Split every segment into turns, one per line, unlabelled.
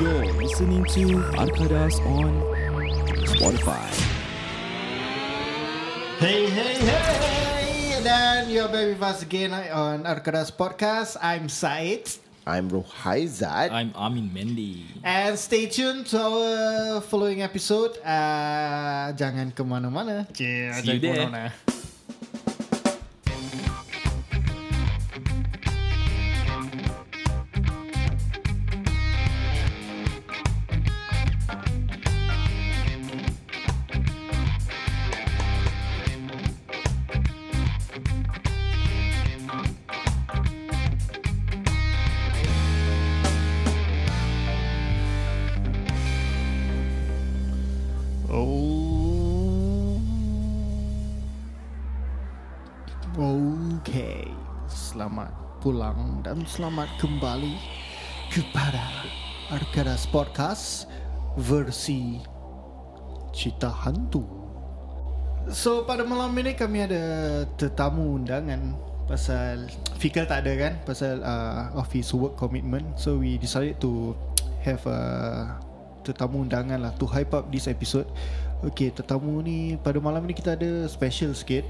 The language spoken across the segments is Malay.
You're listening to Arkadas on Spotify.
Hey, hey, hey! Dan you're back with us again on Arkadas Podcast. I'm Said.
I'm Rohaizat.
I'm Armin Mendy.
And stay tuned to our following episode. Uh, jangan ke mana-mana. Yeah,
See you there.
Oh. Okay. Selamat pulang dan selamat kembali kepada Arkadas Podcast versi Cita Hantu. So pada malam ini kami ada tetamu undangan pasal Fikal tak ada kan pasal uh, office work commitment so we decided to have a tetamu undangan lah to hype up this episode. Okay tetamu ni pada malam ni kita ada special sikit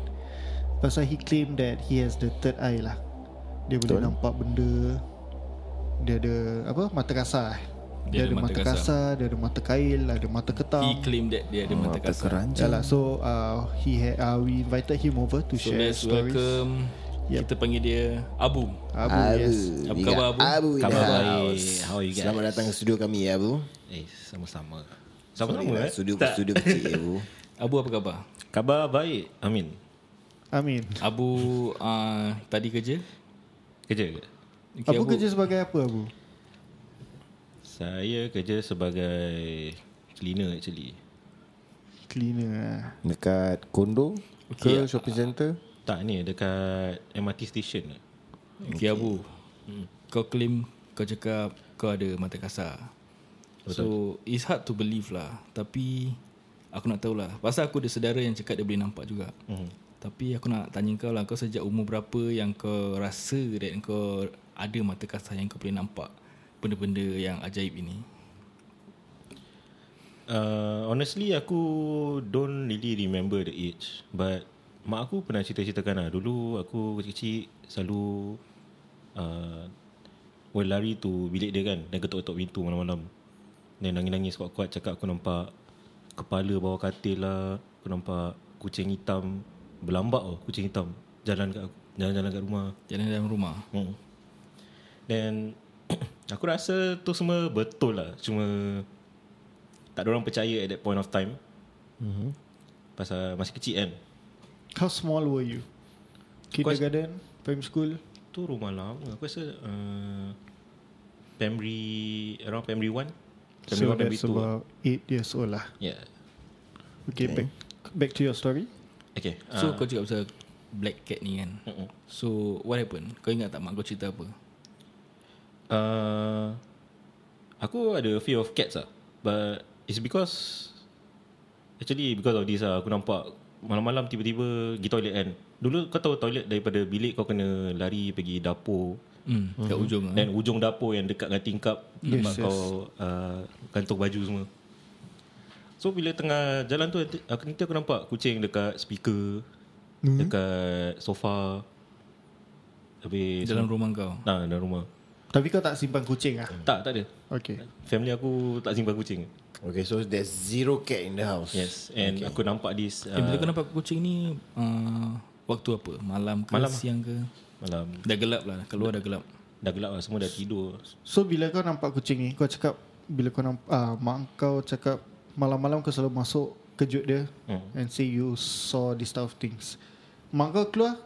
Pasal he claim that he has the third eye lah Dia boleh
Betul.
nampak benda Dia ada apa mata kasar eh? dia, dia ada, mata kasar. Dia ada mata kail Ada mata ketang
He claimed that dia ada mata
Mata
kasar.
Ya
keranjang.
lah so uh, he ha- uh, We invited him over to
So
share
let's
stories
welcome.
Yep.
Kita panggil dia Abu.
Abu,
Abu.
yes
Apa
We
khabar,
got
Abu?
Abu in
Khabar
the
baik.
house.
How are you guys?
Selamat datang ke studio kami ya, Abu.
Eh, sama-sama.
Sorry,
Sama-sama
lah,
eh?
Studio
Tak.
studio kecil ya, Abu.
Abu apa khabar?
Khabar baik. Amin.
Amin
Abu uh, tadi kerja?
Kerja ke?
Okay,
Abu kerja sebagai apa Abu?
Saya kerja sebagai cleaner actually.
Cleaner lah
Dekat kondo
Okay,
ke shopping center?
Tak ni dekat MRT station.
Okay, Abu. Hmm. Kau claim kau cakap kau ada mata kasar. So it's hard to believe lah Tapi Aku nak tahu lah Pasal aku ada saudara yang cakap dia boleh nampak juga Tapi aku nak tanya kau lah Kau sejak umur berapa yang kau rasa Dan kau ada mata kasar yang kau boleh nampak Benda-benda yang ajaib ini
Uh, honestly aku don't really remember the age but mak aku pernah cerita-ceritakan lah dulu aku kecil-kecil selalu uh, boleh lari tu bilik dia kan dan ketuk-ketuk pintu malam-malam dan nangis-nangis kuat-kuat cakap aku nampak kepala bawah katil lah aku nampak kucing hitam berlambak oh kucing hitam jalan kat aku, jalan-jalan kat rumah
Jalan dalam rumah
Hmm. Then aku rasa tu semua betul lah. Cuma tak ada orang percaya at that point of time.
Hmm.
Mm-hmm. Pasal masih kecil kan.
How small were you? Kindergarten? Primary school?
Tu rumah lama. Aku rasa uh, primary around primary 1. Primary
so
1 primary
that's
2.
about 8 years old lah
Yeah.
Okay, back back to your story
Okay. Ah.
So kau cakap pasal Black Cat ni kan
Mm-mm.
So what happened? Kau ingat tak mak kau cerita apa?
Uh, aku ada fear of cats lah. But it's because actually because of this lah aku nampak malam-malam tiba-tiba pergi toilet kan. Dulu kau tahu toilet daripada bilik kau kena lari pergi dapur.
Hmm, Kat ujung lah
Dan ujung dapur yang dekat dengan tingkap yes, tempat yes. kau uh, gantung baju semua. So bila tengah jalan tu nanti- aku nanti aku nampak kucing dekat speaker, mm-hmm. dekat sofa. Habis
Dalam rumah kau
nah, dalam rumah.
Tapi kau tak simpan kucing ah?
Tak, tak ada.
Okay
Family aku tak simpan kucing.
Okay, so there's zero cat in the house.
Yes, and okay. aku nampak this
Eh,
uh,
bila kau nampak kucing ni uh, Waktu apa? Malam ke?
Malam.
Siang ke?
malam
Dah gelap lah Keluar dah gelap
dah gelap lah semua dah tidur.
So bila kau nampak kucing ni Kau cakap Bila kau nampak ah, Mak kau cakap Malam-malam kau selalu masuk Kejut dia hmm. And say you saw this type of things Mak kau keluar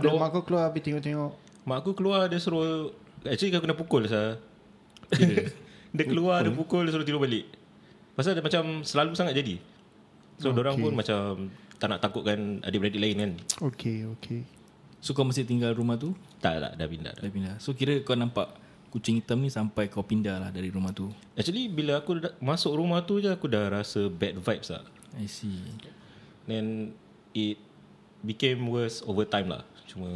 Dia Ada
keluar.
mak kau keluar Habis tengok-tengok
Mak aku keluar dia suruh actually kau kena pukul sah. dia, dia keluar dia pukul dia suruh tidur balik. Pasal dia macam selalu sangat jadi. So okay. orang pun macam tak nak takutkan adik-beradik lain kan.
Okay, okay
So kau masih tinggal rumah tu
Tak tak dah pindah dah.
Dah pindah So kira kau nampak Kucing hitam ni sampai kau pindah lah Dari rumah tu
Actually bila aku da- masuk rumah tu je aku dah rasa bad vibes lah.
I see
Then it became worse over time lah. Cuma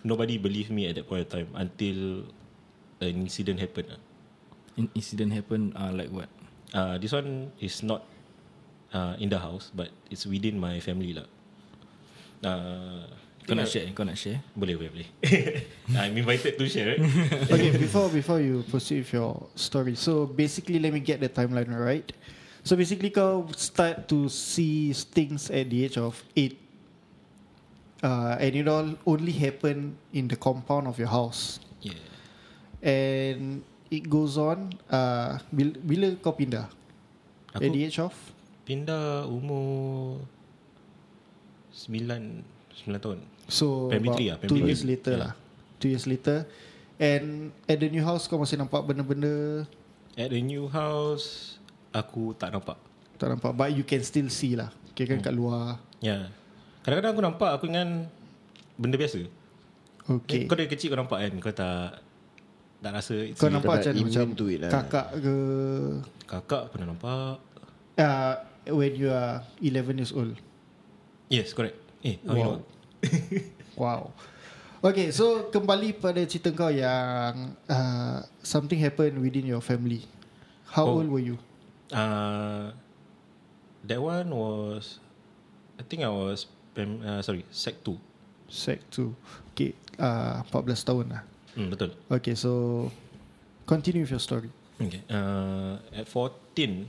nobody believe me at that point of time until an incident happened lah.
in- incident happen uh, like what?
Uh, this one is not uh, in the house, but it's within my family lah. Uh,
Kau nak share? Kau nak share?
boleh, boleh, boleh. I'm invited to share, right?
okay, before before you proceed with your story, so basically, let me get the timeline right. So basically, kau start to see things at the age of eight, uh, and it all only happen in the compound of your house,
yeah.
and it goes on. Uh, bila, bila kau pindah?
Aku
At the age of
pindah umur 9, 9 tahun.
so
Primary
about
three ah,
two
primary
years
three.
later
Yeah.
lah. Two years later, and at the new house, kau masih nampak benda-benda
At the new house, aku tak nampak.
tak nampak, but you can still see lah. Kira
Hmm.
kan kat luar.
Ya. Kadang-kadang aku nampak, aku ingat benda biasa.
Okay.
Kau dari kecil kau nampak kan, kau tak tak rasa it's
Kau nampak
dah
macam,
immune
macam
to it lah.
kakak ke
kakak pernah nampak.
uh, when you are 11 years old.
Yes, correct. Eh, how you know?
Wow. Okay, so kembali pada cerita kau yang uh, something happened within your family. How
Oh.
old were you?
Uh, that one was, I think I was, prim- uh, sorry, sec 2.
Sec 2. Okay, uh, 14 tahun lah.
Hmm, betul.
Okay, so continue with your story.
Okay. Uh, at 14,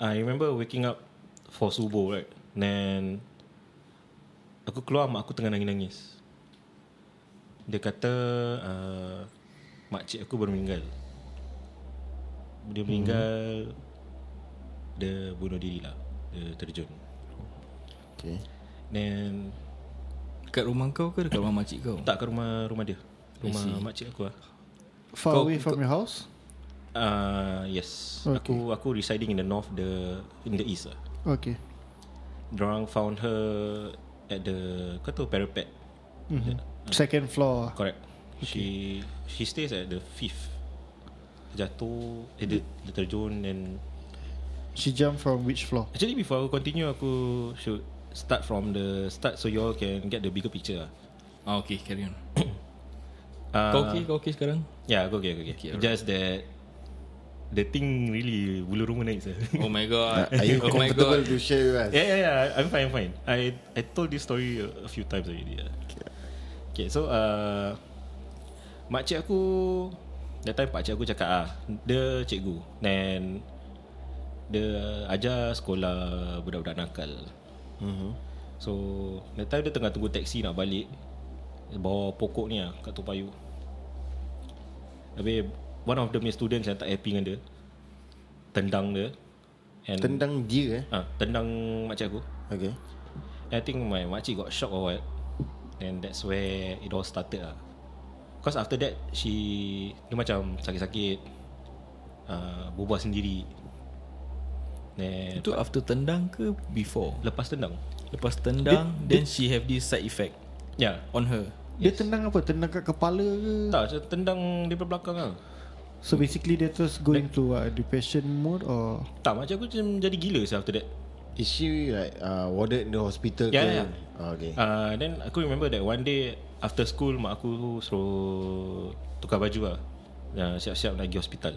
I remember waking up for subuh, right? Then, aku keluar, mak aku tengah nangis-nangis. Dia kata, uh, makcik aku baru meninggal. Dia meninggal, dia bunuh diri lah. Dia terjun.
Okay.
Then,
Dekat rumah kau ke dekat rumah makcik kau?
tak ke rumah rumah dia.
see.
Rumah makcik aku lah.
Far
Kau-
away from your house?
Uh, yes.
Okay.
Aku aku residing in the north, the in the east lah.
Okay.
Diorang found her at the kau tahu parapet.
Mm-hmm. Second floor.
Correct. She she stays at the fifth. Jatuh, eh, dia, dia terjun and
She jumped from which floor?
actually before aku continue aku should start from the start so you all can get the bigger picture. lah.
Ah, okay, carry on.
Uh,
Kau okay? Kau okay sekarang?
Yeah, aku okay, aku okay.
Okay,
okay Just that the thing really bulu rumah naik sah.
Oh my god.
Are you
oh my
comfortable
god.
to share with us?
Yeah, yeah, yeah. I'm fine, I'm fine. I I told this story a, a few times already. Yeah. Okay. Okay, so uh, makcik aku that time pakcik aku cakap ah, dia cikgu. Then dia ajar sekolah budak-budak nakal. Mm-hmm. So that time dia tengah tunggu taksi nak balik. Dia bawa pokok ni lah kat Toa Payoh. Habis one of the punya students yang tak happy dengan dia tendang dia and
Tendang dia eh.
Ah, tendang makcik aku.
Okay.
And I think my makcik got shocked or what. And that's where it all started lah. Because after that, she... Dia macam sakit-sakit. Uh, berubah sendiri. Then,
Itu after tendang ke before?
lepas tendang.
Lepas tendang Then she have this side effect
Ya.
On her
Dia tendang apa? Tendang kat kepala ke?
Yeah. Tak, macam tendang daripada belakang lah.
So basically dia terus go into a depression mode or
Tak, macam aku macam jadi gila sih after that.
Is she like uh, warded in the hospital?
Yeah,
ke?
yeah, yeah.
Ah, okay.
Uh, then aku remember that one day after school, mak aku suruh tukar baju lah. Uh, siap-siap nak pergi hospital.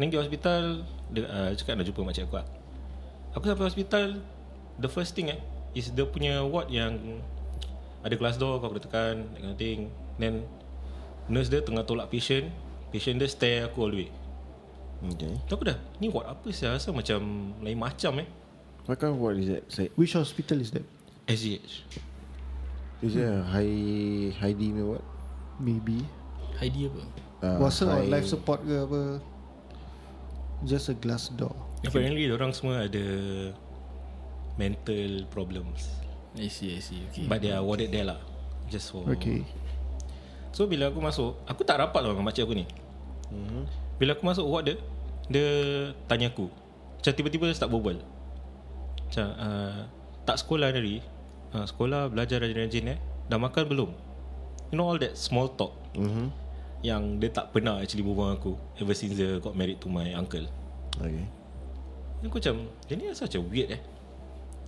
Then pergi hospital, dia uh, cakap nak jumpa makcik aku lah. Aku sampai hospital, the first thing eh, is dia punya ward yang ada glass door, kau boleh tekan, that kind of thing. Then, nurse dia tengah tolak patient, patient dia stare aku all the way.
Okay.
Tu aku dah, ni ward apa saya rasa macam lain macam eh.
What kind of ward is that? Like,
which hospital is that?
SGH.
is it a high, high D punya ward?
Maybe.
Heidi apa?
Uh,
Was it on
high-
life support ke apa? Just a glass door.
Apparently orang semua ada mental problems.
I see I see okay.
But they are warded there lah. Just for
Oh.
Okay.
So bila aku masuk, aku tak rapat tau dengan makcik aku ni.
Mm-hmm.
Bila aku masuk ward dia, dia tanya aku. Macam tiba-tiba dia start berbual. Macam uh, tak sekolah dari, uh, sekolah belajar rajin-rajin eh. Dah makan belum? You know all that small talk.
Mhm.
Yang dia tak pernah actually berbual dengan aku ever since dia got married to my uncle.
Okay.
Then aku macam Dia ni rasa macam weird eh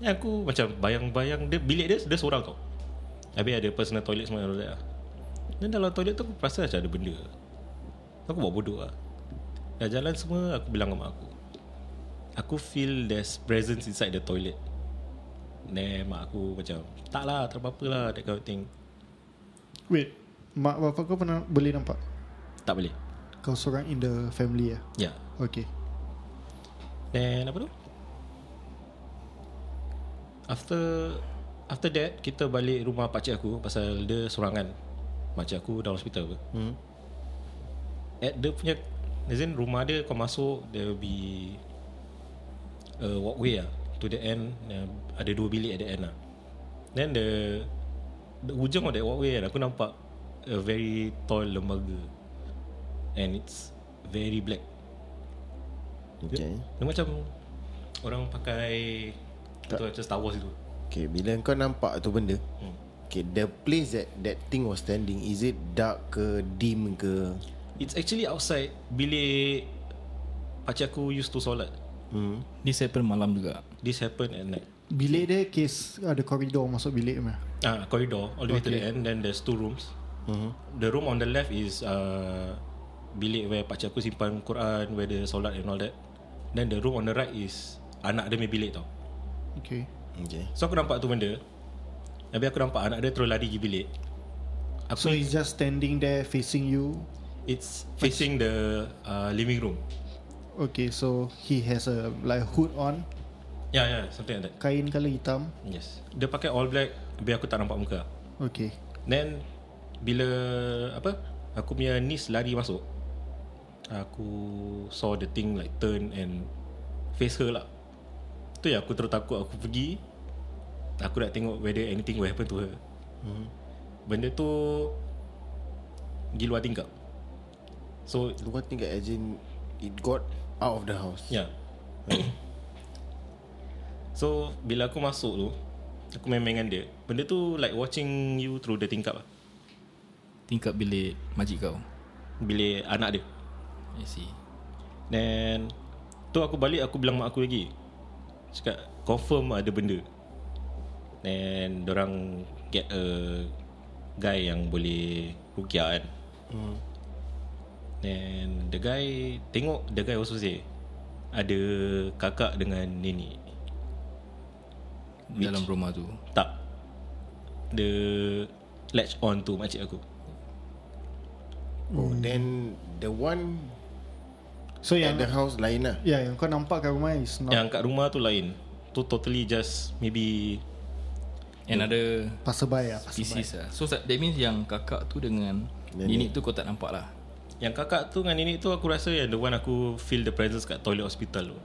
Then aku macam bayang-bayang dia Bilik dia dia seorang tau Habis ada personal toilet semua and all that lah Then dalam toilet tu aku perasan macam ada benda Aku buat bodoh lah Dah jalan semua Aku bilang dengan mak aku Aku feel there's presence inside the toilet Then mak aku macam Tak lah tak apa-apa lah That kind of thing
Wait Mak bapak kau pernah Boleh nampak
Tak boleh
Kau seorang in the family ya
Ya yeah.
Okay
Then apa tu After After that Kita balik rumah pakcik aku Pasal dia sorangan Pakcik aku dalam hospital apa hmm. At dia punya As in rumah dia Kau masuk There will be A walkway lah To the end uh, Ada dua bilik at the end lah Then the The hujung of that walkway kan Aku nampak A very tall lembaga And it's Very black
Okay
dia macam Orang pakai Itu macam Star Wars itu
Okay bila kau nampak tu benda Okay the place that That thing was standing Is it dark ke Dim ke
It's actually outside Bilik Pakcik aku used to solat
This happen malam juga
This happen at night
Bilik dia case Ada koridor masuk bilik meh.
Ah, Corridor All the way okay. to the end Then there's two rooms mm-hmm. The room on the left is uh, Bilik where pakcik aku simpan Quran Where dia solat and all that Then the room on the right is Anak dia punya bilik tau
Okay
Okay
So aku nampak tu benda Habis aku nampak anak dia terus lari pergi bilik
So he's just standing there Facing you
It's facing the uh, living room
Okay so He has a Like hood on
Yeah, yeah, Ya, something like that
Kain colour hitam
Yes Dia pakai all black Biar aku tak nampak muka
Okay
Then Bila Apa Aku punya niece lari masuk Aku Saw the thing like turn and Face her lah Tu yang aku terus takut Aku pergi Aku nak tengok Whether anything will happen to her hmm. Benda tu Pergi luar tingkap So
Luar tingkat as in It got out of the house
Ya. so bila aku masuk tu, aku main dengan dia. Benda tu like watching you through the tingkap lah.
Tingkap bilik majik kau
Bilik anak dia.
I see
Then tu aku balik aku bilang mak aku lagi. Cakap confirm ada benda. Then orang get a guy yang boleh rukia kan. Hmm. Then the guy tengok the guy also say ada kakak dengan nenek.
Dalam rumah tu
Tak Dia Latch on to makcik aku Hmm.
Oh then The one
So
At
yang
the house lain lah
Ya yeah, yang kau nampak kat rumah Is
no.
not
Yang kat rumah tu lain Tu totally just Maybe
Another
Passerby lah passerby.
Species lah So that means yang kakak tu dengan Nenek, tu
Nenek.
kau tak nampak lah
Yang kakak tu dengan nenek tu Aku rasa yang the one aku Feel the presence kat toilet hospital tu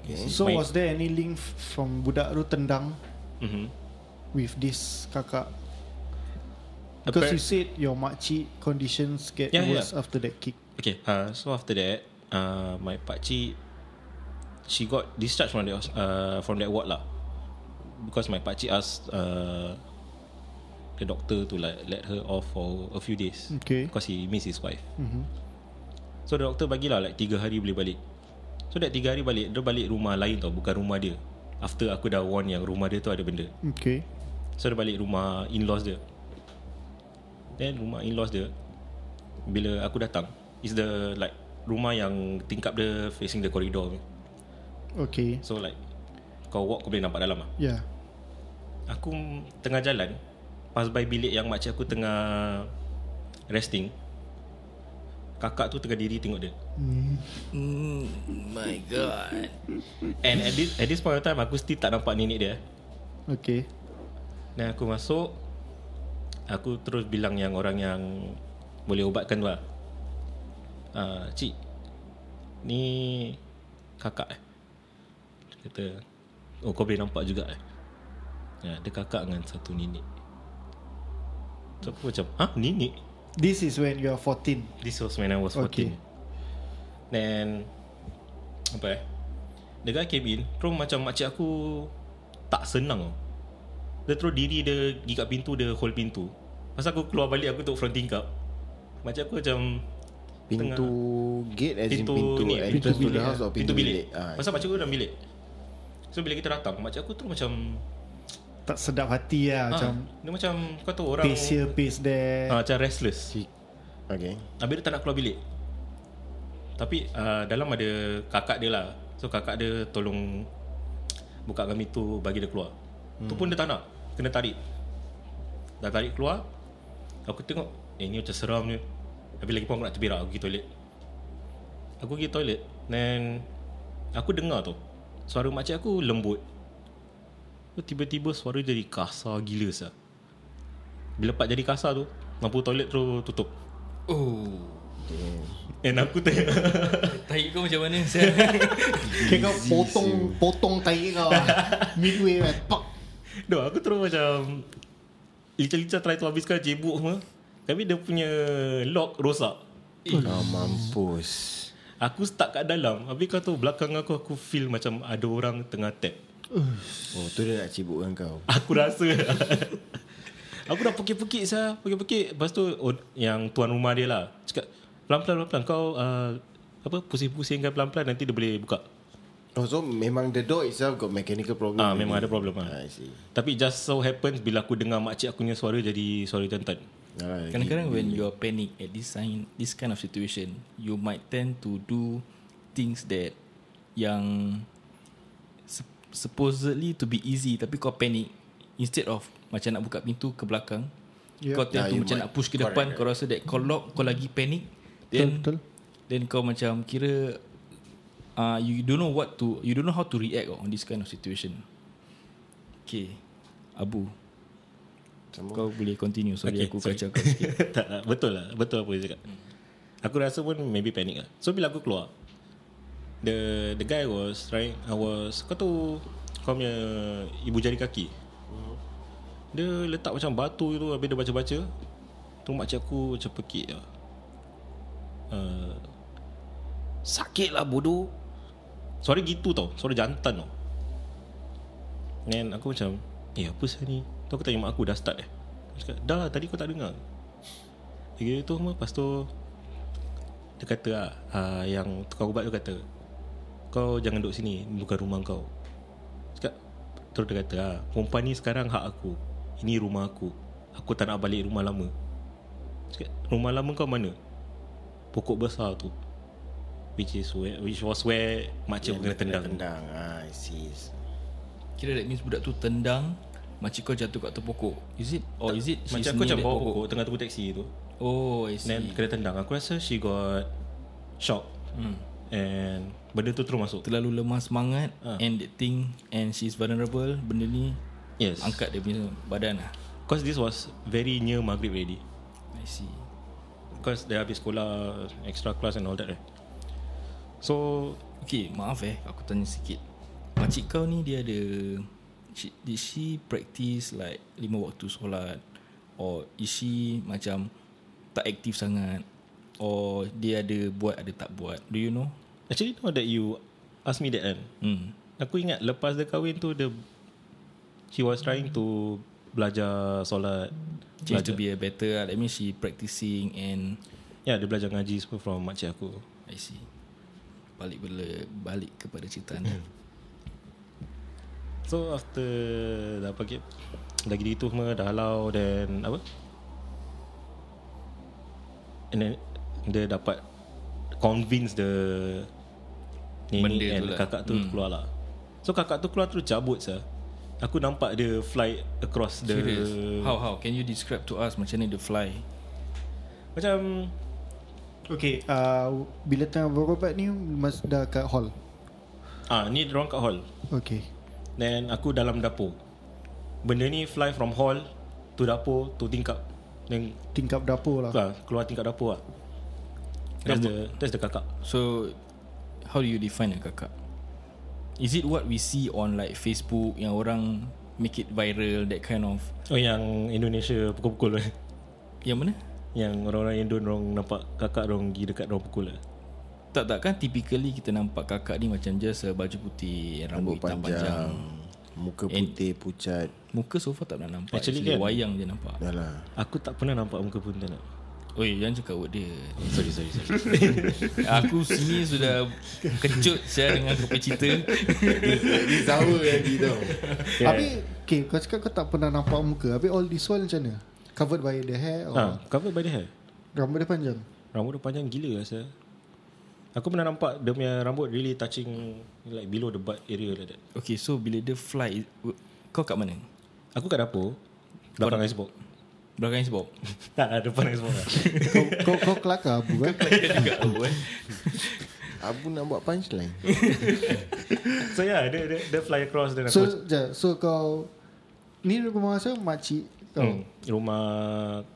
Okay
So
My-
was there any link f- From budak tu tendang
mm-hmm.
With this kakak Because you said Your makcik conditions Get
Yeah,
worse
yeah.
after that kick
Okay uh, So after that uh, My pakcik She got discharged from that, hos- uh, from that ward lah Because my pakcik asked uh, The doctor to like Let her off for a few days
Okay
Because he miss his wife mm-hmm. So the doctor bagilah Like 3 hari boleh balik So that 3 hari balik Dia balik rumah lain tau Bukan rumah dia After aku dah warn Yang rumah dia tu ada benda
Okay
So dia balik rumah in-laws dia Then rumah in-laws dia Bila aku datang Is the like Rumah yang tingkap dia Facing the corridor punya.
Okay
So like Kau walk kau boleh nampak dalam lah
Yeah
Aku m- tengah jalan Pass by bilik yang makcik aku tengah Resting Kakak tu tengah diri tengok dia
mm, My god
And at this, at this point of time Aku still tak nampak nenek dia
Okay
Dan aku masuk Aku terus bilang yang orang yang Boleh ubatkan tu lah uh, Cik Ni Kakak eh Dia kata Oh kau boleh nampak juga eh ya, Dia kakak dengan satu nenek So aku macam Ha nenek
This is when you are 14
This was when I was
Okay.
14 okay. Then Apa eh The guy came in Terus macam makcik aku Tak senang tau. Dia terus diri dia Pergi kat pintu Dia hold pintu Masa aku keluar balik Aku tengok front tingkap Macam aku macam
Pintu Gate as
lah. Pintu
in pintu
ni,
Entrance
pintu
to the
bilik
house
lah.
Or pintu, bilik, Ah,
Masa makcik aku dalam bilik So bila kita datang Makcik aku terus macam
Tak sedap hati lah Macam
ha, Dia macam Kau tahu orang
Pace here pace there
ha, Macam restless
Okay
Habis dia tak nak keluar bilik Tapi uh, dalam ada kakak dia lah So kakak dia tolong Buka kami tu bagi dia keluar hmm. Tu pun dia tak nak Kena tarik Dah tarik keluar Aku tengok Eh ni macam seram je Habis lagi pun aku nak terbirak Aku pergi toilet Aku pergi toilet Then Aku dengar tu Suara makcik aku lembut Tu Tiba-tiba suara jadi kasar gila sah. Bila part jadi kasar tu Lampu toilet terus tutup
Oh
And aku tengok
Tahi kau macam mana Saya
Kira kau potong Potong tahi kau Midway kan Pak
No, aku terus macam Lica-lica try to habiskan cebuk semua Tapi dia punya lock rosak Eh.
Ah, mampus.
Aku stuck kat dalam Habis kau tahu belakang aku Aku feel macam ada orang tengah tap
Oh, tu dia nak cibukkan kau.
Aku rasa Aku dah pekik-pekik sah Pekik-pekik Lepas tu oh, Yang tuan rumah dia lah Cakap Pelan-pelan pelan-pelan Kau uh, apa pusing-pusingkan pelan-pelan Nanti dia boleh buka
Oh, so memang the door itself got mechanical problem.
Ah, memang ada problem ah.
I see.
Tapi just so happens Bila aku dengar makcik aku punya suara Jadi suara jantan
Ah,
Kadang-kadang when you are panic At this sign This kind of situation You might tend to do Things that Yang sup- Supposedly to be easy Tapi kau panic Instead of Macam nak buka pintu ke belakang yeah. Kau tend yeah,
Yeah,
to
you
macam
might-
nak push ke
correct,
depan Kau rasa that Kau lock Kau lagi panic Then
Betul, betul.
Then kau macam kira uh, You don't know what to You don't know how to react On this kind of situation Okay Abu Kau boleh continue Sorry okay,
Okay,
aku
sorry.
kacau kau sikit
tak, tak, betul lah Betul apa dia cakap Aku rasa pun Maybe panic lah So bila aku keluar The the guy was Right I was Kau tahu Kau punya Ibu jari kaki Dia letak macam batu tu Habis dia baca-baca Tu makcik aku Macam pekik lah uh, Sakit lah bodoh Suara gitu tau Suara jantan tau Then aku macam Eh apa sah ni Tu aku tanya mak aku Dah start eh Dia cakap Dah lah tadi kau tak dengar Lagi tu semua Lepas tu Dia kata lah uh, Yang tukang ubat tu kata Kau jangan duduk sini Ini Bukan rumah kau Cakap Terus dia kata lah Perempuan ni sekarang hak aku Ini rumah aku Aku tak nak balik rumah lama Cakap Rumah lama kau mana Pokok besar tu Which is where, Which was where Makcik aku kena tendang
Tendang. Ah, I see.
Kira that means budak tu tendang Makcik kau jatuh kat tu pokok Is it Or Oh, is it she's
Macam aku
near
macam
that
bawa pokok Tengah tunggu taksi tu
Oh I see
Then kena tendang Aku rasa she got Shock hmm. And Benda tu terus masuk
Terlalu lemah semangat
Ha.
uh. And that thing And she's vulnerable Benda ni
Yes
Angkat dia punya badan lah
Cause this was Very near maghrib already
I see
Cause dah habis sekolah Extra class and all that right So
Okay maaf eh Aku tanya sikit Makcik kau ni dia ada she, Did she practice like Lima waktu solat Or is she macam Tak aktif sangat Or dia ada buat ada tak buat Do you know?
Actually know that you Ask me that kan
Hmm
Aku ingat Lepas dia kahwin tu Dia She was trying to Belajar solat
She has to
belajar,
be a better lah. That means she practicing and
Ya yeah, dia belajar ngaji semua From makcik aku
I see. Balik bela, balik kepada cerita anda.
Hmm. So after Dah pergi Dah gini tu semua Dah halau Then apa And then Dia dapat Convince the
Benda
Nenek
tu
and
lah.
kakak tu keluar lah So kakak tu keluar terus cabut sah Aku nampak dia fly across the
Serious. How how can you describe to us macam ni the fly?
Macam
Okay uh, Bila tengah berobat ni Mas dah kat hall
ah Ni dorang kat hall
Okay
Then aku dalam dapur Benda ni fly from hall To dapur To tingkap Then
Tingkap dapur lah
lah, keluar tingkap dapur lah That's the, that's the kakak
So how do you define a kakak? Is it what we see on like Facebook yang orang make it viral that kind of
Oh yang Indonesia pukul-pukul eh.
yang mana?
Yang orang-orang Indo orang nampak kakak orang pergi dekat orang pukul lah.
Tak tak kan typically kita nampak kakak ni macam just uh, baju putih, rambut,
Rambut
hitam panjang.
panjang. Muka putih pucat.
Muka so far tak pernah nampak.
Actually
Actually,
kan-
wayang je nampak.
Dah lah.
Aku tak pernah nampak muka pun tak nak.
Oi, jangan cakap word dia.
Sorry, sorry, sorry.
Aku sini sudah kecut saya dengan kau punya cerita.
Ini sour lagi tau.
yeah. Habis Okay kau cakap kau tak pernah nampak muka Habis all this while macam mana Covered by the hair or
ha, cover by the hair.
Rambut dia panjang
Rambut dia panjang gila rasa. lah, Aku pernah nampak dia punya rambut really touching like below the butt area like that.
Okay so bila dia fly Kau kat mana?
Aku kat dapur belakang icebox.
Belakang Xbox
Tak, ada depan icebox. lah.
Kau, kau, kau kelakar abu kan?
Abu nak buat punchline
so yeah, dia, dia, dia fly across dan
So,
aku
sekejap. so kau... Ni rumah masa makcik kau.
hmm, rumah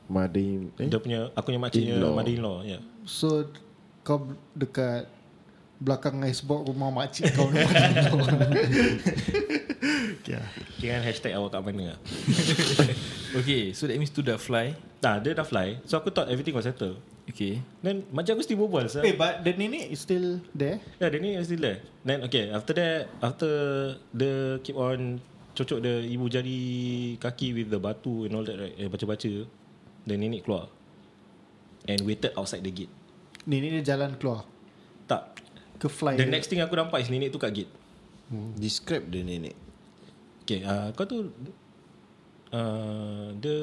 Madin eh?
dia punya aku punya makcik dia
In-law.
mother-in-law, yeah.
So, kau dekat belakang icebox rumah makcik kau.
Kira hashtag awak kat mana lah.
Okay so that means tu dah fly
Nah, Ah, dia dah fly. So aku thought everything was settled.
Okay
Then macam aku still berbual sah.
hey, Eh, but the nenek is still there.
Yeah, dia ni is still there. Then okay, after that, after the keep on cocok the ibu jari kaki with the batu and all that right, eh, baca-baca, the nenek keluar. And waited outside the gate.
Nenek dia jalan keluar.
Tak.
Ke fly.
The next thing aku nampak is nenek tu kat gate.
Describe the nenek
Okay, uh, kau tu uh, the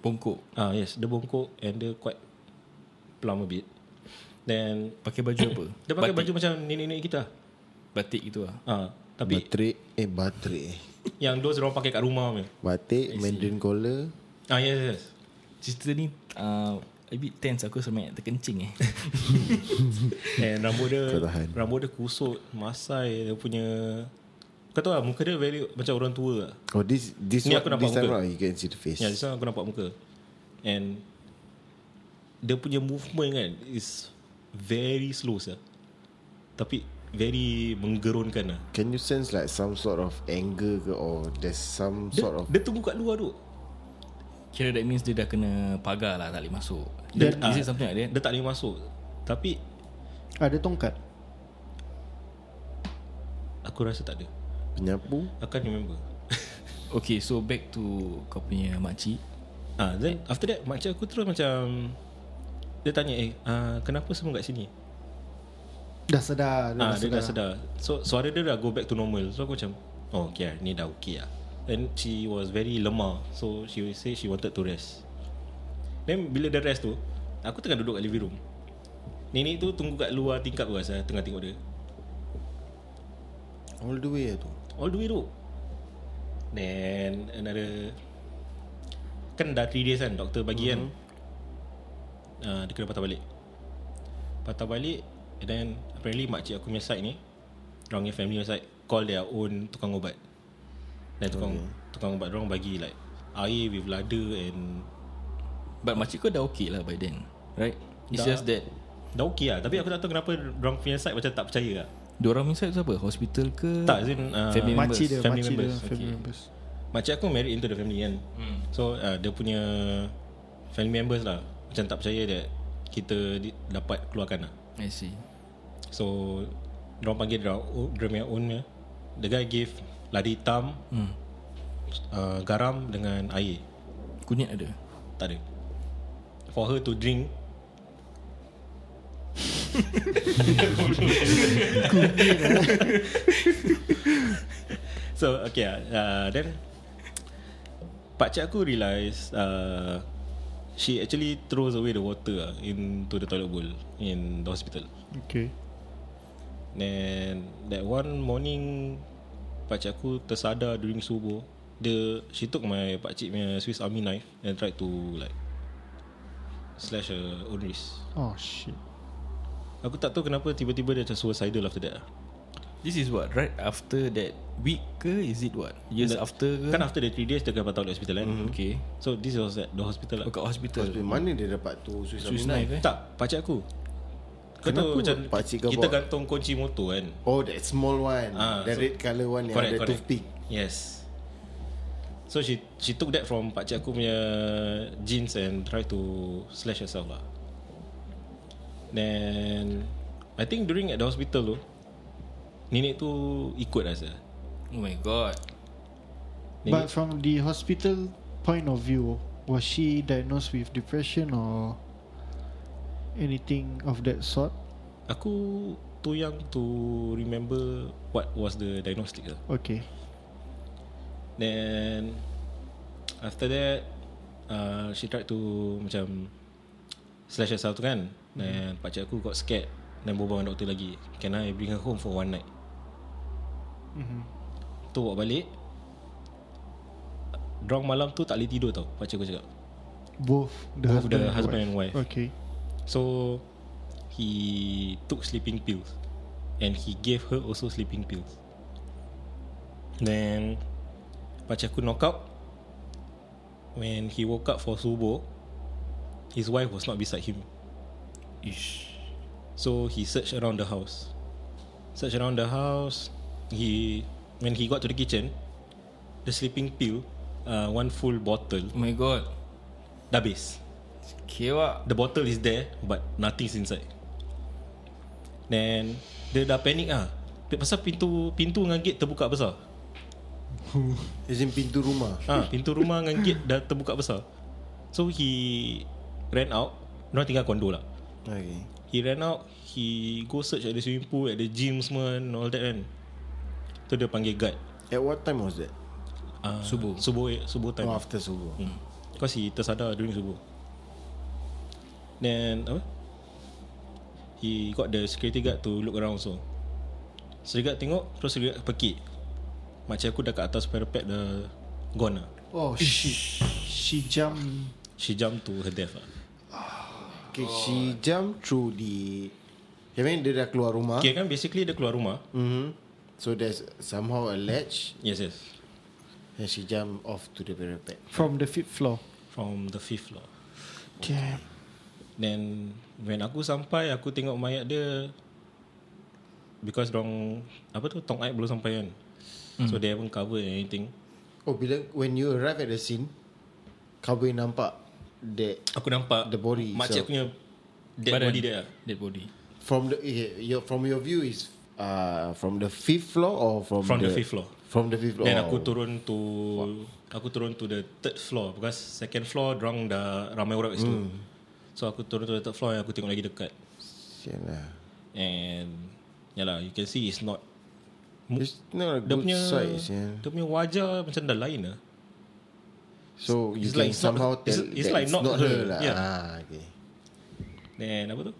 Bongkok
ah yes, the bongkok and the quite plump a bit. Then
Pakai baju apa?
Eh, dia pakai
batik.
baju macam nenek-nenek kita.
Batik gitu lah
Ah, tapi
Baterik Eh baterik eh.
yang those orang pakai kat rumah punya.
Batik Mandarin collar
Ah yes yes. yes.
Cerita ni uh, A bit tense aku sampai nak terkencing eh
And rambut dia
Kau tahan.
Rambut dia kusut Masai Dia punya Kau tahu lah Muka dia very Macam orang tua lah
Oh this This
Ni
one
aku nampak
This time
muka.
round You can see the face
Ya yeah, this one aku nampak muka And Dia punya movement kan Is Very slow sah. Tapi Very Menggerunkan lah
Can you sense like Some sort of anger ke Or there's some
dia,
sort of
dia tunggu kat luar tu
Kira that means dia dah kena pagar lah Tak boleh masuk
dia,
Is it something like that?
dia tak boleh masuk Tapi
Ada Ah, tongkat.
Aku rasa tak ada
Penyapu
Aku can't remember
Okay so back to Kau punya makcik
Ah, then after that Makcik aku terus macam Dia tanya eh ah, Kenapa semua kat sini
Dah sedar.
Ah, dia dah sedar. So suara dia dah go back to normal. So aku macam, oh okay lah, ni dah okay lah. And she was very lemah. So she will say she wanted to rest. Then bila dia rest tu, aku tengah duduk kat living room. Nenek tu tunggu kat luar tingkap tu saya tengah tengok dia.
All the way lah tu
All the way tu. Then another Kan dah 3 days kan Doktor bagi kan
Mhm.
uh, Dia kena patah balik Patah balik And then Apparently makcik aku punya side ni Diorang punya family punya side Call their own Tukang ubat Dan tukang Tukang ubat diorang bagi like Air with lada and
But makcik kau dah okay lah by then Right? It's
Dah.
just that
Dah okay lah Tapi aku tak tahu kenapa Diorang punya side macam tak percaya lah
Diorang inside tu apa? Hospital ke?
Tak as in uh,
Family members.
Makcik dia.
Family
makcik
members,
dia. Family members.
Makcik aku married into the family kan hmm. So uh, dia punya Family members lah Macam tak percaya that Kita di, dapat keluarkan lah
I see
So Diorang panggil dia Dia own punya The guy give Lada hitam hmm. uh, Garam dengan air
Kunyit ada
Tak ada For her to drink So okay ah, uh, Then Pakcik aku realise uh, She actually throws away the water ah Into the toilet bowl In the hospital
Okay.
Then That one morning Pakcik aku tersadar during subuh Dia She took my pakcik punya Swiss army knife And tried to like Slash her own wrist
Oh shit.
Aku tak tahu kenapa tiba-tiba dia macam suicidal after that lah.
This is what? Right after that week ke? Is it what? Years after ke?
Kan after the 3 days dia kena patah dekat hospital kan
Mhm.
Okay
So this was at the hospital lah
Oh kat hospital
Hospital Mana dia dapat tu Swiss
Swiss
Army
knife eh
Tak, pakcik aku Kau
Kenapa
tahu macam
pakcik kau
kita
bawa?
gantung kunci motor kan
Oh that small one
Ah,
The
so-
red colour one Yang
Correct,
ada
correct.
toothpick
Yes So she she took that from pakcik aku punya jeans and try to slash herself lah Then I think during at the hospital tu Nenek tu ikut lah saya
Oh my god
But from the hospital point of view, was she diagnosed with depression or anything of that sort?
Aku too young to remember what was the diagnostic lah
Okay.
Then after that uh, she tried to macam slash herself tu kan. Then pakcik aku got scared Dan berbual dengan doktor lagi Can I bring her home for one night mm-hmm. Tu bawa balik Drunk malam tu tak boleh tidur tau Pakcik aku cakap
Both the
Both
husband,
the husband and wife.
Okay.
So He Took sleeping pills And he gave her also sleeping pills Then Pakcik aku knock out When he woke up for subuh His wife was not beside him
Ish.
So he searched around the house. Searched around the house. He when he got to the kitchen, the sleeping pill, uh, one full bottle,
Oh my god.
dah habis.
Kewa.
The bottle is there but nothing's inside. Then dia dah panic ah. Pasal pintu pintu dengan gate terbuka besar.
As in pintu rumah
Ah, pintu rumah dengan gate dah terbuka besar. So he ran out. Dia tinggal kondo lah.
Okay
He ran out He go search at the swimming pool At the gym semua And all that kan Tu dia panggil guard
At what time was that?
uh,
Subuh.
Subuh Subuh time
Oh after subuh
hmm. Because he tersadar during subuh Then Apa He got the security guard To look around so Security guard tengok Terus security guard pekik Makcik aku dah kat atas parapet Dah Gone lah
Oh shit. She jump.
She jump to her death lah
Okay she jump through the I mean dia dah keluar rumah
Okay kan basically Dia keluar rumah
mm-hmm. So there's somehow a ledge
Yes yes
And she jump off to the parapet
From the fifth floor.
From the fifth floor
Damn.
Then when aku sampai aku tengok mayat dia because dong apa tu tong air belum sampai kan. Mm. So they haven't cover anything.
Oh bila When you arrive at the scene Kau boleh nampak That
Aku nampak
The body itself.
makcik so. punya dead
Badan.
Badan. body dia.
Dead body.
From the eh, your, From your view is uh, From the fifth floor Or from
From the fifth floor.
From the fifth floor Oh,
Then aku turun to aku turun to the third floor because second floor dong dah ramai orang kat situ.
Hmm.
Mm. So aku turun to the third floor and aku tengok lagi dekat.
Sian lah
And yalah you can see it's not
It's not a
dia
good
punya
size yeah.
dia punya wajah macam dah lain lah.
So you
It's
can
like not-
somehow
it's-
tell
it's
that
like
it's
not
not
her.
her lah.
Yeah.
Ah, okay.
Then apa tu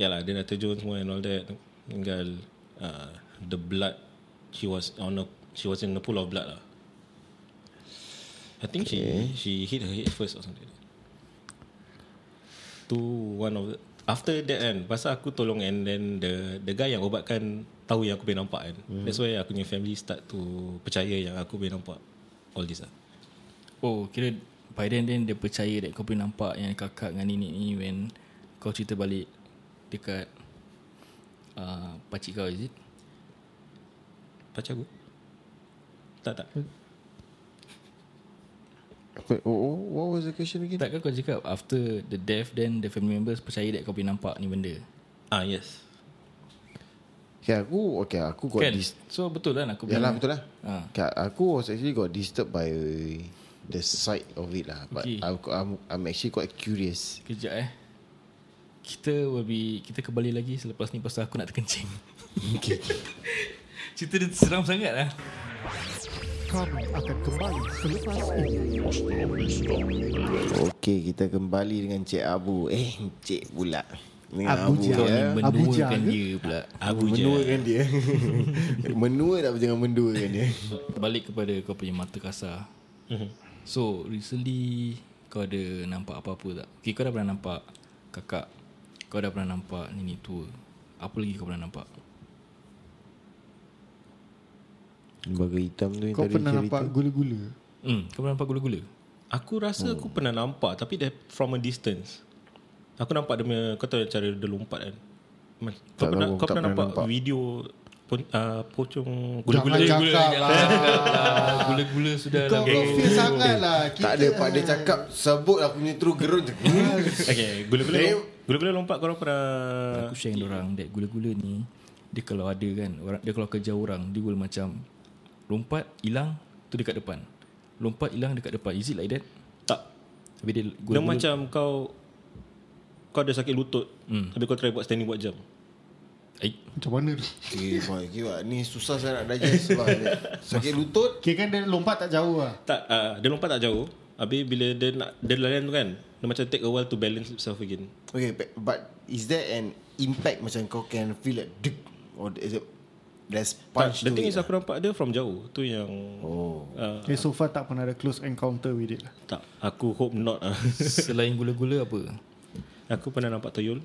Yalah dia dah terjun semua and all that Tinggal uh, The blood She was on a She was in a pool of blood lah I think okay. she She hit her head first or something like that. Tu one of the After that kan Pasal aku tolong And then the The guy yang ubatkan Tahu yang aku boleh nampak kan mm. That's why aku punya family Start to Percaya yang aku boleh nampak All this lah
Oh, kira by then then dia percaya that kau boleh nampak yang kakak dengan nenek ni when kau cerita balik dekat uh, pakcik kau is it?
Pacar aku Tak tak
Wait, oh, oh, what was the question again?
Takkan kau cakap after the death then the family members percaya that kau boleh nampak ni benda?
Ah yes
Okay, aku okay, aku got
Kan?
dis.
So betul kan aku
Yalah betul lah.
Ha.
Okay, aku was actually got disturbed by the sight of it lah. But
Okay.
okay. I'm, I'm I'm actually quite curious.
Kejap eh Kita will be Kita kembali lagi selepas ni Pasal aku nak terkencing Cerita dia seram sangat lah
Kami akan kembali selepas ini.
Okay, kita kembali dengan Cik Abu. Eh, Cik pula. Dengan
Abu
Abu,
je.
Kau ni
ya.
Abuja
menduakan
ke?
dia pula
Abu je
Menuakan dia. Menua tak jangan menduakan dia.
Balik kepada kau punya mata kasar So recently Kau ada nampak apa-apa tak Okay kau dah pernah nampak Kakak Kau dah pernah nampak nenek tua Apa lagi kau pernah nampak
Lembaga hitam tu yang
Kau
tadi
pernah
cerita.
nampak gula-gula?
Hmm, kau pernah nampak gula-gula
Aku rasa
Hmm.
aku pernah nampak Tapi dia from a distance Aku nampak dia punya Kau tahu cara dia lompat kan Ma- Kau
Tak
pernah,
tahu,
kau
tak pernah
pernah nampak,
nampak.
video pon, uh, Pocong
Jangan
Gula-gula
cakap lah.
Gula-gula sudah
Kau confused sangat lah.
Tak ada Pak Dia cakap Sebut aku punya terus gerun
Okay Gula-gula
Eh.
lom- Gula-gula lompat korang pernah
Aku share dengan orang That gula-gula ni Dia kalau ada kan orang, Dia kalau kejar orang Dia will macam Lompat Hilang Tu dekat depan Lompat hilang dekat depan Is it like that?
Tak
Habis dia
Dia
gula-gula
macam kau Kau ada sakit lutut
Hmm.
Tapi kau try buat standing buat jam
Ai,
Macam mana?
Okay boy okay, boy. Ni susah saya nak digest sebab Sakit lutut
Kira kan dia lompat tak jauh lah.
ah, Tak uh, Dia lompat tak jauh Habis bila dia nak Dia larian tu kan Dia macam take a while to balance himself again
Okay, but, but is there an impact macam kau can feel like dik or is it there's punch
Punch The
to
thing
it
is aku nampak dia from jauh Tu yang
Oh.
uh,
Okay, so far tak pernah ada close encounter with it lah.
Tak Aku hope not lah.
Selain gula-gula apa
Aku pernah nampak toyol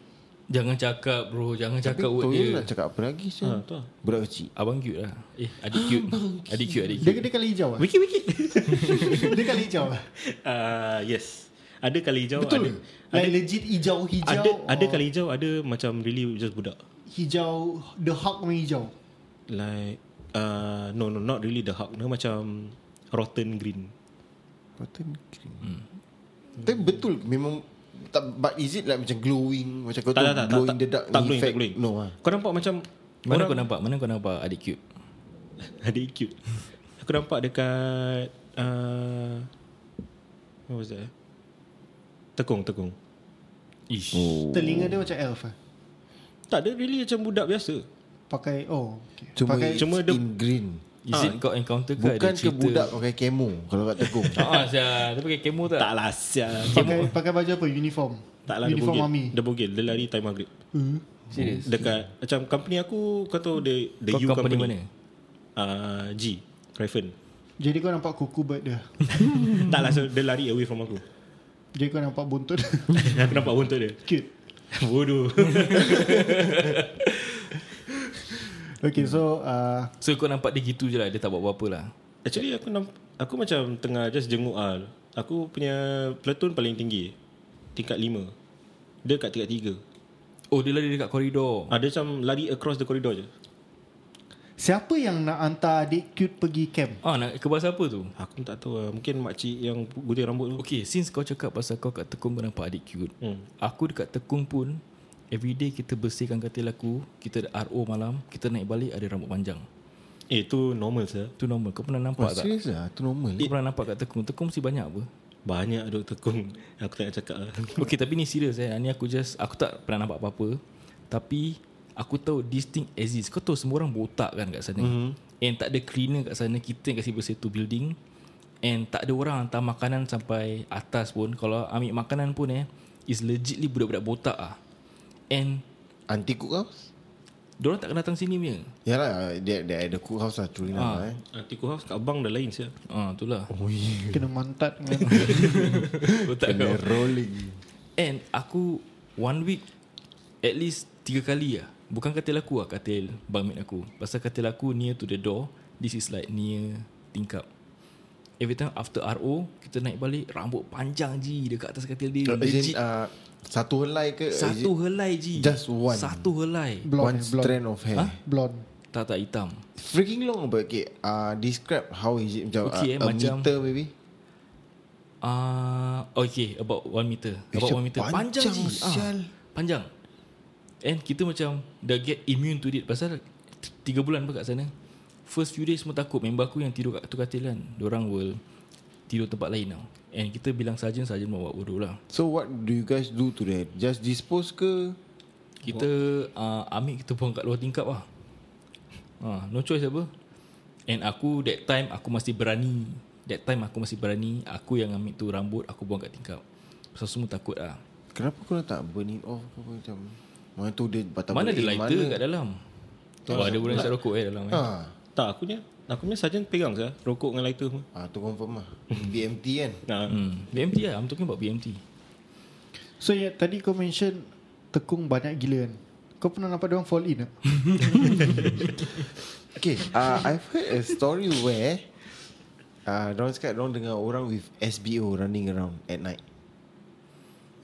Jangan cakap bro Jangan cakap word
Toyol
dia
nak cakap apa lagi sih?
ha, tu lah.
Budak kecil
Abang cute lah Eh adik cute Adik cute adik
Dia,
cute
dia kali hijau lah.
Wiki wiki
dia kali hijau lah.
uh, Yes Ada kali hijau
Betul.
Ada,
Like legit hijau
ada, ada,
hijau.
ada
or
kali hijau Ada macam really just budak
hijau the hawk punya hijau.
Like uh, No no not really the hug Dia macam Rotten green
Cotton cream Tapi betul Memang tak, But is it like macam glowing Macam kau
Tak
tu
tak tak tak,
glowing
tak,
the dark
tak glowing,
effect?
tak glowing.
No ah.
Kau nampak macam
Mana kau nampak Mana kau nampak adik cute
Adik cute Aku nampak dekat uh, What was that eh? Tekung Tekung
Ish oh.
Telinga dia macam elf lah.
Tak dia really macam budak biasa
Pakai oh okay.
Cuma
Pakai
it's
cuma dia-
in green
Is it kau encounter ke
Bukan
ada
ke
cerita
budak pakai kemo Kalau kat tekung
Haa Dia pakai kemo tak
Tak lah sial
pakai pakai baju apa uniform.
Tak lah dia
uniform
bogil
army.
Dia bogil Dia lari time maghrib
Serius
Dekat Macam company aku Kau tahu the,
Kau
the U
company
company,
mana
Uh, G Raven
Jadi kau nampak kuku bird dia.
Tak lah so, Dia lari away from aku
Jadi kau nampak buntut.
Aku nampak bontot dia
Cute.
Bodoh
Okay so uh,
So kau nampak dia gitu je lah Dia tak buat apa-apa lah
Actually aku namp- Aku macam tengah just jenguk Al Aku punya Platoon paling tinggi Tingkat 5 Dia kat tingkat 3
Oh dia lari dekat koridor
Ada macam lari across the corridor je.
siapa yang nak hantar adik cute pergi camp?
Ah, nak kebas apa tu?
Aku pun tak tahu lah. Mungkin makcik yang gunting rambut tu.
Okay, since kau cakap pasal kau kat tekung kau nampak adik cute.
Hmm.
Aku dekat tekung pun, everyday kita bersihkan katil aku, kita ada RO malam, kita naik balik ada rambut panjang.
Eh, tu normal sah.
Tu normal. Kau pernah nampak tak?
Serius lah Itu normal
Kau pernah nampak kat tekung? Tekung mesti banyak apa?
Banyak duk tekung. Aku tak nak cakap lah.
Okay, tapi ni serius eh. Ni aku just, aku tak pernah nampak apa-apa. Tapi, aku tahu this thing exists. Kau tahu semua orang botak kan kat sana. Mm-hmm. And tak ada cleaner kat sana. Kita yang kasi bersih tu building. And tak ada orang hantar makanan sampai atas pun. Kalau ambil makanan pun eh, is legitly budak-budak botak ah. And,
Anti cookhouse
diorang tak akan datang sini punya.
Yalah Dia, dia ada cookhouse lah
Ah.
True enough lah eh.
Nanti ku house kat abang dah lain sah.
Ah, itulah.
Kena mantat dengan
Botak
Kena
kau.
rolling
And aku One week At least Tiga kali lah Bukan katil aku lah Katil bang mate aku Pasal katil aku Near to the door This is like near Tingkap Every time after RO Kita naik balik Rambut panjang ji Dekat atas katil dia
As in,
Legit
uh, Satu helai ke As in
Satu helai ji
Just one.
Satu helai
blonde,
One
eh, blonde,
strand of hair
blonde.
Tak tak hitam
Freaking long but okay uh, Describe how is it Macam
Okay, eh,
okay, uh, a
macam-
meter maybe
Ah, uh, Okay About one meter About
macam
one meter Panjang,
panjang,
ji
sial.
ah, Panjang And kita macam Dah get immune to it Pasal t- Tiga bulan pun kat sana First few days semua takut Member aku yang tidur kat tu katil kan Diorang will Tidur tempat lain tau And kita bilang sarjan Sarjan bawa bodoh lah
So what do you guys do to that Just dispose ke
Kita uh, Ambil kita buang kat luar tingkap lah uh, No choice apa And aku that time Aku masih berani That time aku masih berani Aku yang ambil tu rambut Aku buang kat tingkap Pasal semua takut lah
Kenapa kau tak burn it off ke apa macam Mana tu dia batal
Mana ada
burn in,
lighter kat dalam Oh ada orang isap rokok eh dalam eh.
Ha.
Tak, aku punya. Aku punya sarjan pegang sah. Rokok dengan lighter semua.
ha tu confirm lah BMT kan
Nah, hmm.
Hmm. BMT lah I'm talking about BMT
So yeah, tadi kau mention tekung banyak gila kan. Kau pernah nampak dia orang fall in tak?
Okay uh, I've heard a story where uh, Diorang cakap Diorang dengar orang with SBO Running around at night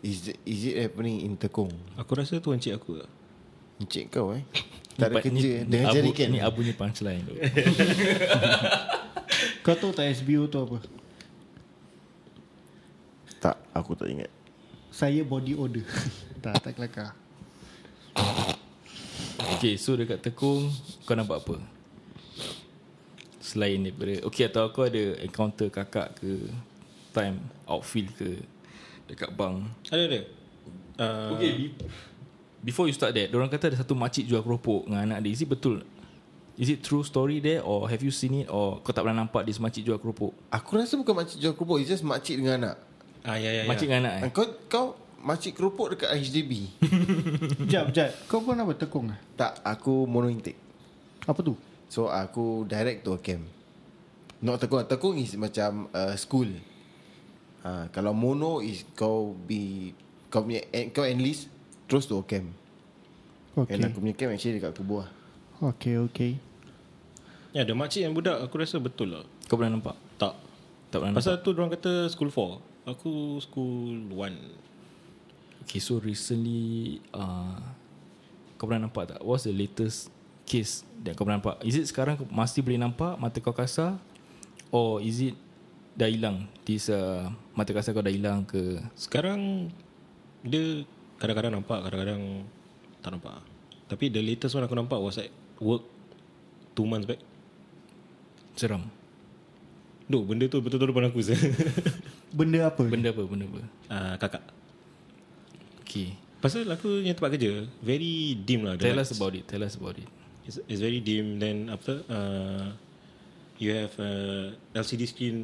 Is it, is it happening in Tekong
aku rasa tu encik aku lah.
Encik kau eh Tak ada
Ni-
kerja eh.
ni,
Dengan
abu,
jarikan
Ni abu ni punchline tu
Kau tahu tak SBO tu apa?
Tak aku tak ingat
Saya body odor. tak, tak kelakar.
Okay so dekat tekung Kau nampak apa Selain daripada Okay atau kau ada Encounter kakak ke Time Outfield ke Dekat bank
Ada ada. Uh,
Okay be- Before you start that Diorang kata ada satu makcik jual keropok Dengan anak dia Is it betul Is it true story there Or have you seen it Or kau tak pernah nampak This makcik jual keropok
Aku rasa bukan makcik jual kerupuk It's just makcik dengan anak
Ah, ya, ya, ya.
Makcik dengan anak eh.
Ah, Kau kau makcik keropok dekat HDB.
Jap, jap. Kau pun apa tekung ah?
tak, aku mono intake.
Apa tu?
So aku direct to a camp. Not tekung. Tekung is macam uh, school. Ah, kalau mono is kau be kau punya en- kau enlist terus to a camp. Okay. And
Okay.
aku punya camp actually dekat Kubur. lah.
Okay, okay.
Ya, ada makcik yang budak aku rasa betul lah.
Kau pernah nampak?
Tak.
Tak pernah nampak.
Pasal tu orang kata school 4. Aku school 1.
Okay, so recently uh, kau pernah nampak tak? What's the latest case that kau pernah nampak? Is it sekarang kau masih boleh nampak mata kau kasar? Or is it dah hilang? This uh, mata kasar kau dah hilang ke?
Sekarang dia kadang-kadang nampak, kadang-kadang tak nampak. Tapi the latest one aku nampak was at work 2 months back.
Seram.
Duh, benda tu betul-betul depan aku sah.
Benda apa?
Benda apa? Benda apa?
uh, kakak.
Okay.
Pasal aku punya tempat kerja, very dim lah. the
Tell
lights.
us about it. Tell us about it.
It's, it's very dim. Then after, uh, you have a LCD screen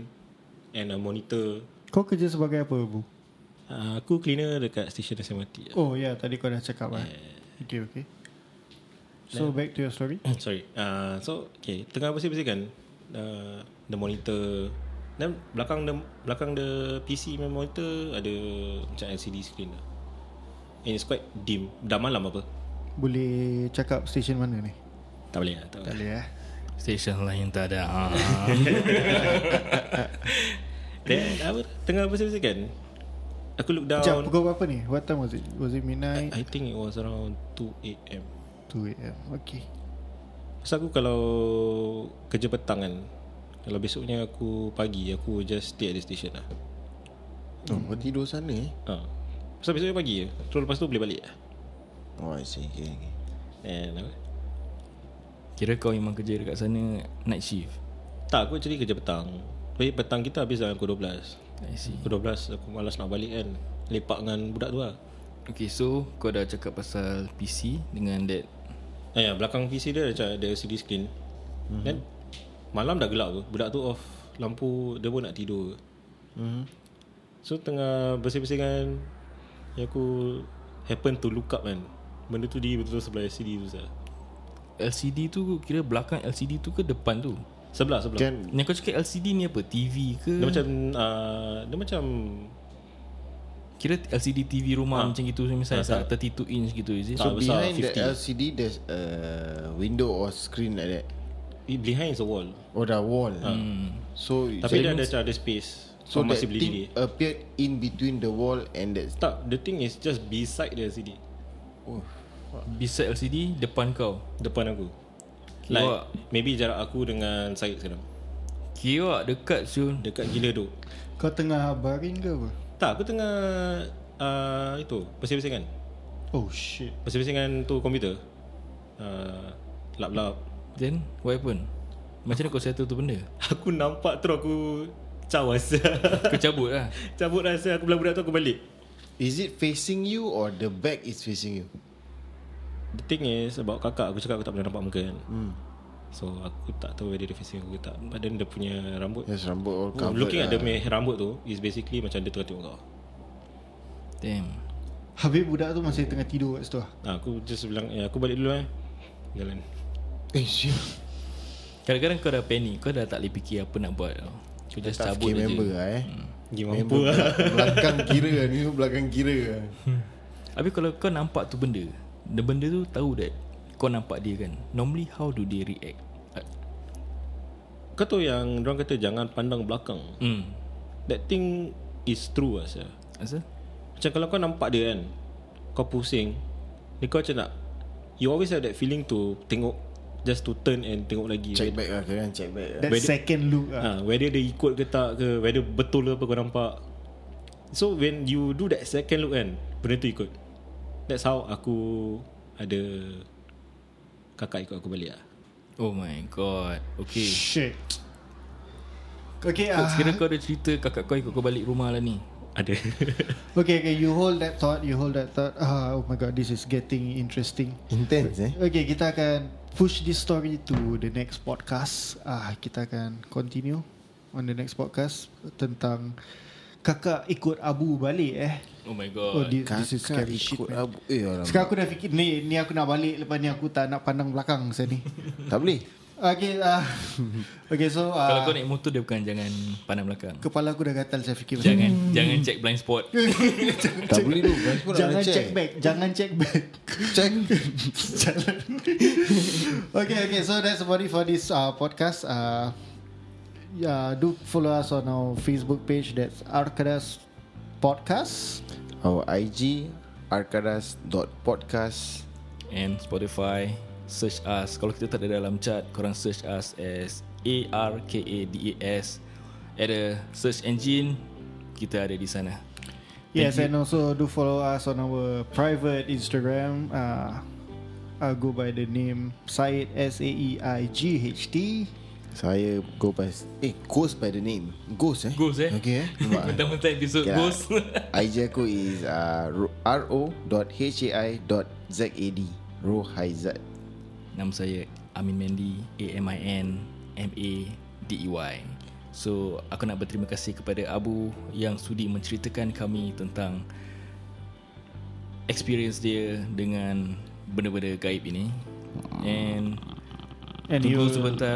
and a monitor.
Kau kerja sebagai apa, Bu?
Uh, aku cleaner dekat stesen SMRT.
Oh, ya. Yeah, tadi kau dah cakap lah. Okay, okay. So, back to your story.
Sorry. Uh, so, okay. Tengah bersih-bersihkan uh, the monitor. Then belakang the belakang the PC main monitor ada macam LCD screen lah. And it's quite dim. Dah malam apa?
Boleh cakap station mana ni?
Tak boleh lah. Tak boleh.
Boleh eh?
Station lain tak ada. Ah.
Then apa? Tengah bersih-bersihkan. Aku look down.
Jap, pukul berapa ni? What time was it? Was it midnight?
I think it was around 2 a.m.
2 a.m. Okay.
Pasal aku kalau kerja petang kan Kalau besoknya aku pagi Aku just stay at the station lah
Oh, kau tidur sana eh.
ha. Pasal besoknya pagi je Terus lepas tu boleh balik lah
Oh, I see. Okay, okay.
And apa?
Kira kau memang kerja dekat sana night shift.
Tak aku actually kerja petang Tapi petang kita habis dalam pukul 12
I see.
Pukul 12 aku malas nak balik kan Lepak dengan budak tu lah
Okay, so kau dah cakap pasal PC dengan that
ah, ya, Belakang PC dia macam ada CD screen
Mhm.
mm-hmm. Then Malam dah gelap ke Budak tu off Lampu Dia pun nak tidur ke
Hmm.
So tengah bersih-bersih kan yang Aku Happen to look up kan Benda tu di betul-betul sebelah LCD tu sah.
LCD tu kira belakang LCD tu ke depan tu?
Sebelah sebelah
Kan
Yang kau cakap LCD ni apa? TV ke?
Dia macam uh, Dia macam
Kira LCD TV rumah ha. macam gitu misalnya ha,
Ah, tak.
32 inch gitu is it?
Tak.
So,
so
Ah, besar,
behind the
50.
LCD there's a window or screen like that.
it Behind is a wall
Or the wall. So
Tapi dia ada macam ada space
so
So
that
masih beli diri
thing appeared in between the wall and that
Tak The thing is just beside the LCD
beside LCD depan kau.
Depan aku
Kira-
Like Maybe jarak aku dengan Syed sekarang
Kira dekat Syul.
Dekat gila tu
Kau tengah baring ke apa?
Tak aku tengah uh, Itu Bersih-bersih kan
Oh, shit.
Bersih-bersih kan tu komputer uh, Lap-lap
Then what happened? Macam mana kau settle tu benda?
Aku nampak terus aku Cawas
Kau cabut lah.
Cabut rasa aku bilang budak tu aku balik
is it facing you or the back is facing you?
The thing is About kakak Aku cakap aku tak boleh nampak muka kan hmm. So aku tak tahu Whether dia facing aku ke tak But then dia punya rambut
Yes, rambut all
oh,
covered.
Looking at
lah.
the punya rambut tu Is basically macam dia tengah tengok kau
Damn.
Habis budak tu masih tengah tidur kat situ lah.
nah, Aku just bilang eh, Aku balik dulu eh Jalan
Eh, shit.
Kadang-kadang kau dah panic. Kau dah tak boleh fikir apa nak buat tau. Kau just
Tak
cabut
fikir member
je.
lah eh.
Pergi
Member
mampu lah
belak- belakang kira lah, ni belakang kira lah.
Hmm.
Habis kalau kau nampak tu benda. The benda tu tahu that kau nampak dia kan. Normally how do they react? Uh,
Kau tahu yang Diorang kata jangan pandang belakang
Hmm.
That thing Is true lah sah.
Asal?
Macam kalau kau nampak dia kan Kau pusing Dia kau macam nak You always have that feeling to Tengok Just to turn and tengok lagi
Check back lah, kalian check back lah.
That second look
Ah.
lah.
ha, Whether dia ikut ke tak ke Whether betul ke apa kau nampak So when you do that second look kan Benda tu ikut That's how aku Ada Kakak ikut aku balik lah
Oh my god. Okay.
Shit. Okay,
Kau
ah.
Kira kau ada cerita kakak kau ikut kau balik rumah lah ni
Ada
Okay, okay, you hold that thought, you hold that thought. Ah, oh my god, this is getting interesting.
Intense eh.
Okay, kita akan push this story to the next podcast. Ah, kita akan continue on the next podcast tentang kakak ikut abu balik eh.
Oh my
Oh,
god.
di- this is
Kakak
scary shit.
ikut
man.
abu- Eh, alamak.
Sekarang aku dah fikir ni ni aku nak balik lepas ni aku tak nak pandang belakang saya ni.
Tak boleh
Okay, uh, okay so
Kalau kau
uh,
naik motor dia bukan jangan pandang belakang.
kepala aku dah gatal saya fikir pasal
Jangan
Hmm.
jangan check blind spot.
Tak boleh tu Blind spot nak
Jangan
kena
check. back Jangan check back
Check
Jalan Okay okay So that's about it for this uh, podcast uh, yeah, Do follow us on our Facebook page That's Arkadas Podcast
Our IG Arkadas.podcast
And Spotify Search us Kalau kita tak ada dalam chat Korang search us as A-R-K-A-D-A-S At a search engine Kita ada di sana
Yes and also do follow us on our private Instagram uh, I go by the name Said E S-A-E-I-G-H-T
Saya go by Eh Ghost by the name Ghost eh
Ghost eh
Okay eh Nampak eh?
Mentang-mentang episode
Okay lah.
Ghost
IG aku is uh, ro.hai.zad Rohaizad
Nama saya Amin Mandy A-M-I-N M-A-D-E-Y E So aku nak berterima kasih kepada Abu Yang sudi menceritakan kami tentang Experience dia dengan benda-benda gaib ini And
And
Tunggu
you'll- Ya,
sebentar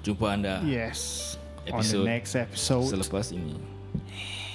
Jumpa anda
Yes On
Episode
the next episode
Selepas ini